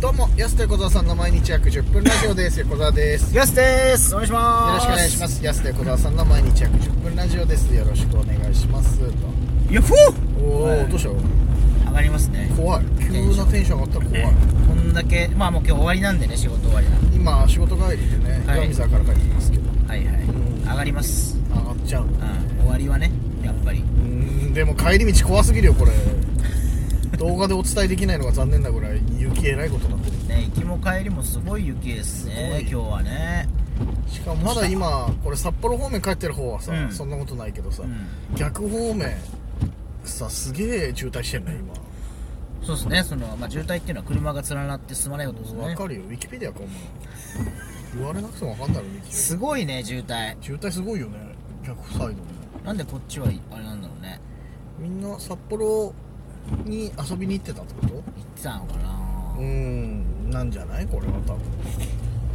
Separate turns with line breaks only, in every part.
どうも、やすと横澤さんの毎日約10分ラジオです。横澤です。よ
ヤスですお願いし
ろ
ま
し
す
くお願いします。やすと横澤さんの毎日約10分ラジオです。よろしくお願いします。と
ヤッフ
おお、
はい
どうしたよ。
ー上がりますね
怖い。急なテンション上がったら怖い。
こんだけまあもう今日終わりなんでね仕事終わりなんで
今、仕事帰りでね、
はい
岩見沢から帰ってきますけど、
はいはい上がります
上がっちゃう。
うん終わりはねやっぱり
うーん、でも帰り道怖すぎるよ、これ。動画でお伝えできないのが残念なぐらい、雪えらいことになってる。
ね行きも帰りもすごい雪です
す
ね今日はね
しかもまだ今、これ札幌方面帰ってる方はさ、
うん
そんなことないけどさ、
うん
逆方面、さ、すげえ渋滞してんね、今。
そうですねそのまあ渋滞っていうのは車が連なって進まないことです
わ
ね
かるよ、ウィキペディアかお前言われなくてもわかんないよウィキペディ
すごいね渋滞
ア渋滞すごいよね逆サイドね
なんでこっちはあれなんだろうね
みんな札幌に遊びに行ってたってこと
行ってたのか
うー
なん
なんじゃないこれは多分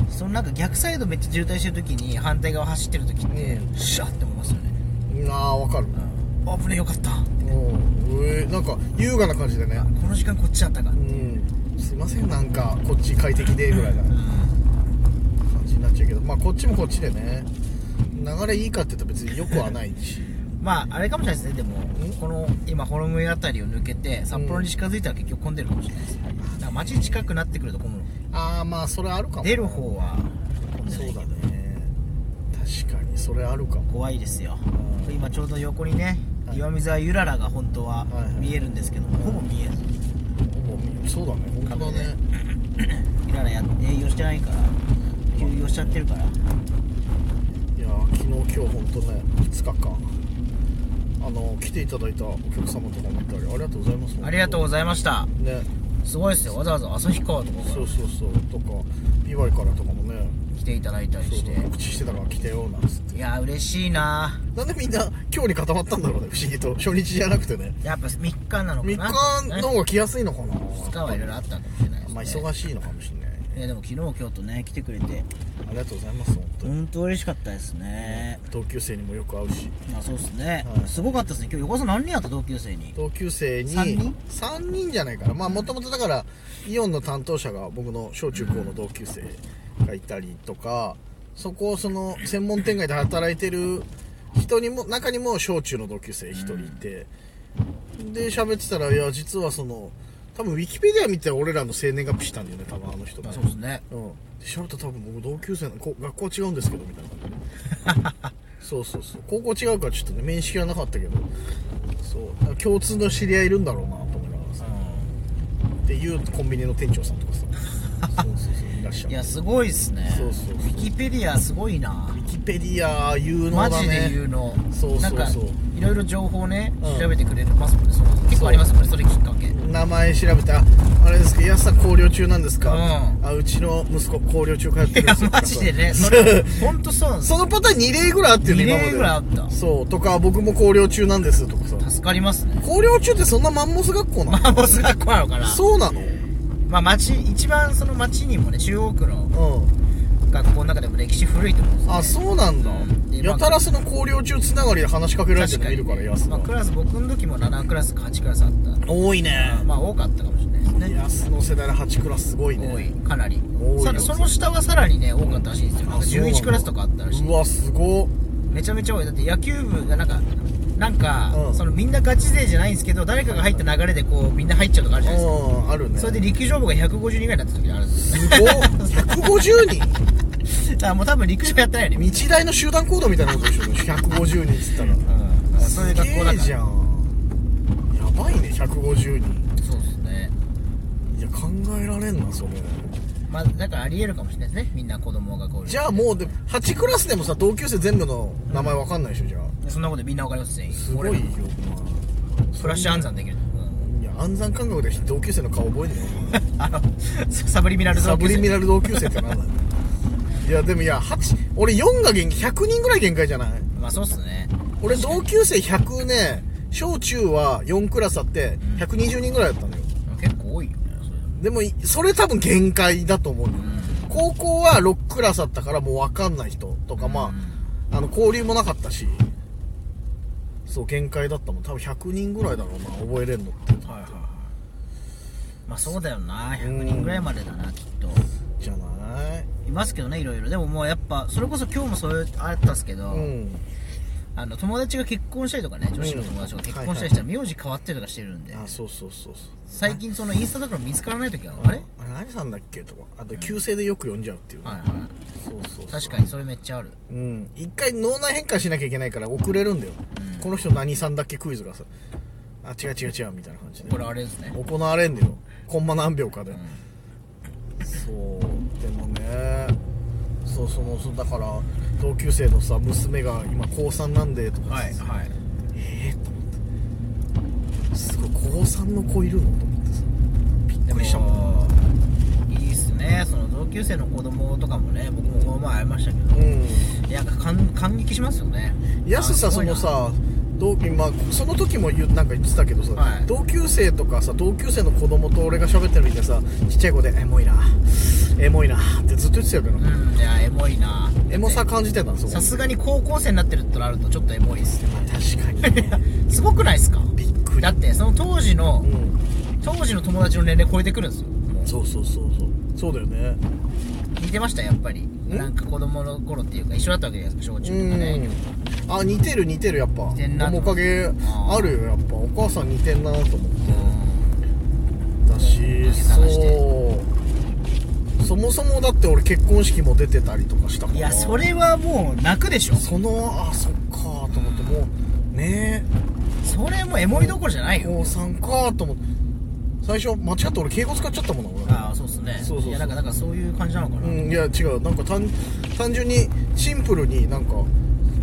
そのなんか逆サイドめっちゃ渋滞してる時に反対側走ってる時って
う
シャッて思いますよね
ああわかる
あ危ねえよかった
うんえー、なんか優雅な感じでね
この時間こっちだったか
うんすいませんなんかこっち快適でぐらいな感じになっちゃうけどまあこっちもこっちでね流れいいかって言ったら別によくはないし
まああれかもしれないですねでも
ん
この今ホロムウェイあたりを抜けて札幌に近づいたら結局混んでるかもしれないですだから街近くなってくると混む
ああまあそれあるかも
出る方は混んで
そ
ないうけど
だね確かにそれあるかも
怖いですよ
うん
今ちょうど横にね
はい
岩見沢ゆららが本当は
はいはい
見えるんですけどほぼ見える
そうだね本当だね
ゆららや営業してないから休業しちゃってるから
いやー昨日今日本当ね2日間あの来ていただいたお客様とかもいたりありがとうございます
ありがとうご
ざい
ざいました
ますね
すごいですよわざわざ旭川とかか
そ
ら
うそうそうとか PY からとかもね
来ていただいたり
そう
して
そう告知してたから来てよなんつって
いや嬉しいな
なんでみんな今日に固まったんだろうね不思議と初日じゃなくてね
やっぱ3日なのか
3
な
日の方が来やすいのかな
2日はいろいろあったかもしれないです、ね、
まあ忙しいのかもしれない
いやでも昨日今日とね来てくれて
ありがとうございます本当に
本当嬉しかったですね
同級生にもよく会うし
まあそうですね、
はい
すごかったですね今日横尾さん何人やった同級生に
同級生に
三人
三人じゃないかなまあもともとだからイオンの担当者が僕の小中高の同級生がいたりとかそこをその専門店街で働いてる人にも中にも小中の同級生一人いて、で喋ってたらいや実はその多分ウィキペディア見て俺らの生年月日したんだよね多分あの人ね
まあそうですね
うんで調べたら多分僕同級生のこ学校は違うんですけどみたいな そうそうそう高校違うからちょっとね面識はなかったけどそうだから共通の知り合いいるんだろうなと思いながらさっていうコンビニの店長さんとかさそうそうそういらっしゃ
い
る
やすごいっすね
そうそうそう
ウィキペディアすごいな
ウィキペディア有能
マ
だ
ジで
ね
言うの、
そうそうそう
なんかいろいろ情報ね
うん
調べてくれますもんね、その結構ありますもんねそれきっ かけ
名前調べてああれですか安さん考慮中なんですか、
う
あうちの息子考慮中通ってるんです
い
よ
やマジでねそれ本当そうなんです
そのパターン2例ぐらいあってるね今まで
二例ぐらいあった
そうとか僕も考慮中なんですとかさ
助かりますね
高陵中ってそんなマンモス学校なの、
まあボス学校なのかな
そうなの
まあ町一番その町にもね中央区の
うん
学校の中でも歴史古いと思うんですよね
あそうなんだ、
うんで
やたらその高陵中つながりで話しかけられて
確
るの
か
見
に
るから安
ま
が、
あ、クラス僕の時も7クラスか8クラスあっ
多いね
たまあ多かったかもしれないですね
安の世代の8クラスすごいね
多いかなり
多い
さらその下はさらにね多かったらしいんですよなんか
そうなんだ
11クラスとかあったらしいう
わすごっ
めちゃめちゃ多いだって野球部がなんかなんか、
うん
そのみんなガチ勢じゃないんですけど誰かが入った流れでこうみんな入っちゃうとかあるじゃないですか
うんあるね
それで陸上部が150人ぐらいになった時あるんです
すごっ150人
よだからもう多分陸上やってないよね
日大の集団行動みたいなことでしょ150人っつったら
うんそういう学校だか
すげえ
ら
じゃんやばいね150人
そうですね
いや考えられんなそれ
まあだからありえるかもしれないですねみんな子供がこう
じゃあもうで8クラスでもさ同級生全部の名前わかんないでしょじゃあ
そんなことみんなわかります全員
すごい
俺
よ
もフラッシュ暗算できる、
いや暗算感覚で同級生の顔覚えてるよ
あのササブリミナル
サブリミ
ル
ナル同級生ってなんだよいやでもいや8俺4が限界100人ぐらい限界じゃない
まあそうっすね
俺同級生100ね小中は4クラスあって120人ぐらいだったのよ
結構多いよねそれ
でもいそれ多分限界だと思うよ
う
高校は6クラスあったからもう分かんない人とかまああの交流もなかったしそう限界だったもん多分100人ぐらいだろうな覚えれんのって
んはいはいはまあそうだよ
う
な
ん
100人ぐらいまでだなきっと
じゃない
いますけどねいろいろでももうやっぱそれこそ今日もそういうあったっすけど、
うん
あの友達が結婚したりとかね女子の友達が結婚したりしたら名字変わったりとかしてるんで、
あそうそうそうそう
最近そのインスタとか見つからない時は
あ
あ
れ
れ
あれ何さんだっけとかあと旧姓でよく呼んじゃうっていう、
はいはい
そうそうそう
確かにそれめっちゃある
うん一回脳内変換しなきゃいけないから遅れるんだよ、この人何さんだっけクイズがさあ違う違う違うみたいな感じで
これあれですね
行われんだよコンマ何秒かで、そうでもねそうそのそうだから同級生のさ娘が今高3なんでとか
はい
さ
はい
ええと思ってすごい高3の子いるのと思ってさびっ
で
く
も
りしたもん
いいっすねその同級生の子供とかもね僕もこの前会いましたけど
うん
いや感感激しますよね
やすさ
あす
そ
ごい
の
な
さ同期まあその時も言うなんか言ってたけどさ、
はい
同級生とかさ同級生の子供と俺が喋ってるみたいなさちっちゃい子で「エモいなエモいな」ってずっと言ってたよ
う
ね
んいやエモいな
エモさ感じてたんそこ
さすがに高校生になってるとなるとちょっとエモいっすね
確かに
すごくないっすか
びっくり
だってその当時の
うん
当時の友達の年齢超えてくるんですよ
そうそうそうそうそうだよね
似てましたやっぱりなんか子供の頃っていうか一緒だったわけじゃないですか小中
う
とかね
んあ似てる似てるやっぱ
似てんな
面影あるよやっぱお母さん似てんなと思ってだし
け探して
そうそもそもだって俺結婚式も出てたりとかしたか
うん
ら
いやそれはもう泣くでしょ
そのあそっかと思ってもうね
それもエモいどころじゃない
え
よ
高3かと思って最初間違って俺敬語使っちゃったもんな俺
ああそうっすね
そうそうそう
やなんかなんかそういう感じなのかな、
うんいや違うなんか単単純にシンプルになんか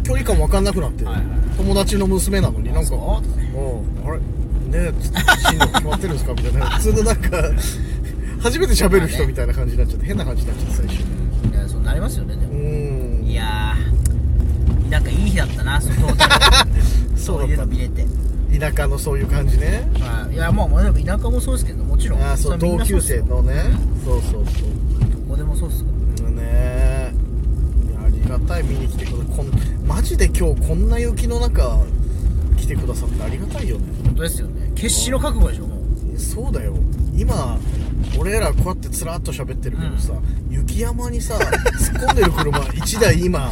距離感分かんなくなって、
はいはいは
友達の娘なのになんか「
そう
うんあれねえつ進路決まってるんですか?」みたい な普通のなんか初めて喋る人みたいな感じになっちゃって変な感じになっちゃって最初
いやそうなりますよねでも
うん
いやーなんかいい日だったなその 当時そういうの見れて
田舎のそういう感じね
はいいやまあまあでも田舎もそうですけどもちろん
ああそう
れみん
同
な
級
っす
生
よ
のねそうそうそう
どこでもそうっすよ
ねえいやありがたい見に来てくだこんマジで今日こんな雪の中来てくださってありがたいよね
本当ですよね決死の覚悟でしょもう
そうだよ今俺らこうやってつらっと喋ってるけどさ、雪山にさ突っ込んでる車1台今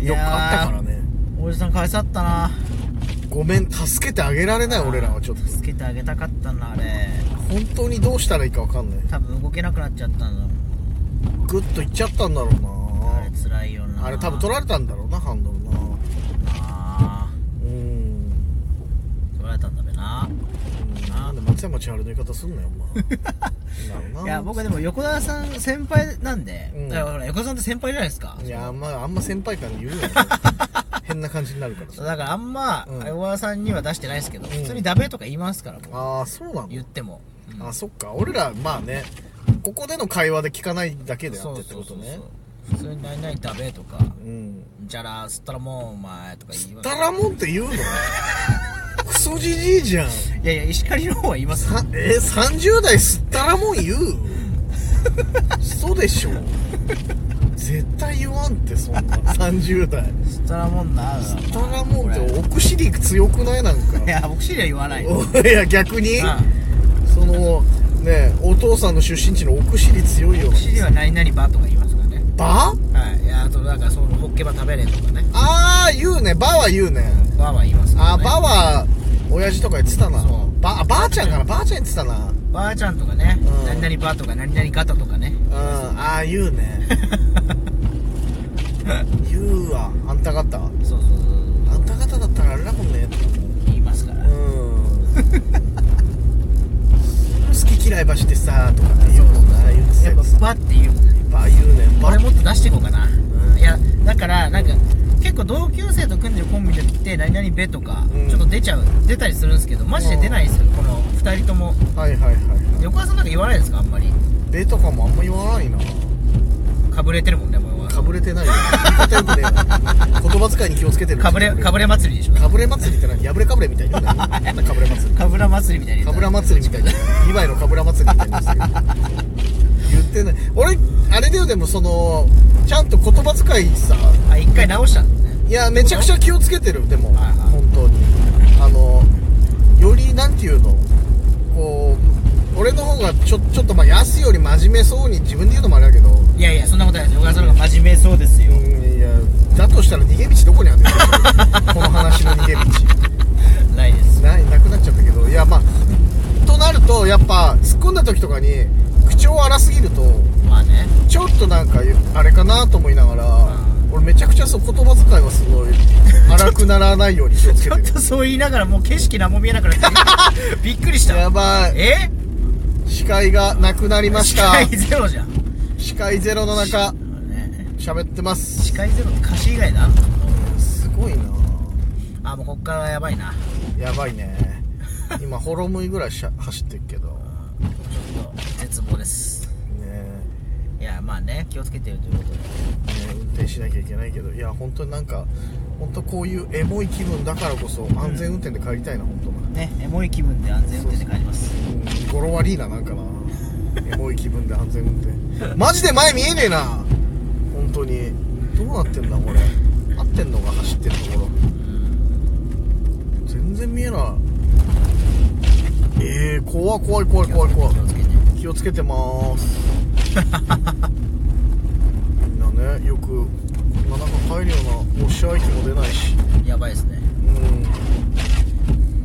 い
よ
や
く
ー
あったからね
おじさん返さったな
ごめん助けてあげられない俺らはちょっと
助けてあげたかったなあれ
本当にどうしたらいいかわかんない
多分動けなくなっちゃったんだもん
グッと行っちゃったんだろう
あれ
な
辛いよな
あれ多分取られたんだろうなハンドルな
あ
うん
ー取られたんだべ
う
な
んなんで松山千春の言い方すんなよ、 お前。
いや僕はでも横田さん先輩なんで、
うん
だからほら横田さんって先輩じゃないですか
いや、あんま、あんま先輩感言うよね。 変な感じになるから
そう
さ。
だからあんま、
うん
横田さんには出してないですけど、普通にダベとか言いますからもう
ああ、そうなの
言っても、うん
あ、そっか。俺ら、まあね、ここでの会話で聞かないだけであってってことね。
普通に「何々ダベ」とか
うん。
「じゃらすったらもうお前」とか言います
たらもんって言うの クソじじいじゃん。
いやいや石狩の方は言います
さえ30代すったらもん言う嘘でしょ絶対言わんってそんな30代
すったらもんなす
たらもんってお薬強くないなんか
いや僕知りは言わないよ
おいや逆に
うん
そのねお父さんの出身地の奥尻強いよ
僕知りは何々ばとか言いますからね
バ
はいいやあとなんかそのホッケば食べれとかね
ああ言うねバは言うね
ばは言いますから
あ
ね
バは親父とか言ってたな
そう
ばあばあちゃんかなばあちゃん言ってたなうん
ばあちゃんとかね
うん
何々ばとか何々ガタとかね
ああ言う ね言うわあんた方
そうそうそう
あんた方だったらあれだもんね
言いますから
うん好き嫌いばしてさとかって言うもんな言ってた
や
や
っぱ
つ
ばって言う
ば言うねば
俺もっと出していこうかな、
ん
いやだからなんか結構同級生と組んでるコンビでって何々べとか、
うん
ちょっと出ちゃう出たりするんですけどマジで出ないですよこの2人とも
はいはいはいはい
横田さんなんか言わないですかあんまり
でとかもあんま言わないな
かぶれてるもんねもう
かぶれてないよ言い方よくね えな言葉遣いに気をつけてる
かぶれかぶれ祭りでしょ
かぶれ祭りって何破れかぶれみたいに言 うなよなんだかぶれ祭り
かぶら祭りみたいに
かぶら祭りみたいなリヴァイのかぶら祭りみたいに言ってるけど言ってない俺あれだよでもそのちゃんと言葉遣いさ
あ一回直したんですね
いやめちゃくちゃ気をつけてるでも
はいはい
本当にあのよりなんていうのこう俺の方がちょちょっとまあ安より真面目そうに自分で言うのもあれだけどう
いやいやそんなことないです小川さんの方が真面目そうですよ
んいやだとしたら逃げ道どこにあるんですか この話の逃げ道
ないです
ないなくなっちゃったけどいやまあとなるとやっぱ突っ込んだ時とかに口調荒すぎると
まあね
ちょっとなんかあれかなと思いながら俺めちゃくちゃそう言葉遣いはすごい荒くならないように気をつけ
ちょ
て
っ
る
とそう言いながらもう景色何も見えなく なってびっくりした
やばい
え
視界がなくなりまし
視
た
界ゼロじゃん
視界ゼロの中
ね
喋ってます
視界ゼロの歌詞以外だ
すごいな
あもうこっからはやばいな
やばいね今ホロムイぐらいしゃ走ってるけどね
ちょっと絶望ですいやまあね気をつけてるということで
ね運転しなきゃいけないけどいや本当になんか本当こういうエモい気分だからこそ安全運転で帰りたいな本
ねエモい気分で安全運転で帰ります
当なゴロ悪いななんかなエモい気分で安全運転マジで前見えねえな本当にどうなってんだこれ合ってんのが走ってるところ全然見えないえー、怖い怖い怖い怖い怖い
気をつけて
気をつけてまーす みんなねよくこんな中帰るような押し合い気も出ないし
やばいですね
うんごめん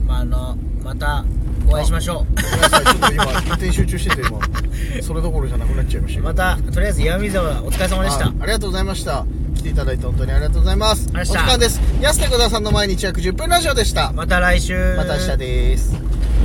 まああのまたお会いしましょ
なさいちょっと今運転集中してて今それどころじゃなくなっちゃいました
う
けど
またとりあえず岩見沢お疲れ様でした
はいありがとうございました来ていただいて本当にありがとうございます
ありがとうございました
お時間です安手小田さんの毎日約10分ラジオでした
また来週
また明日です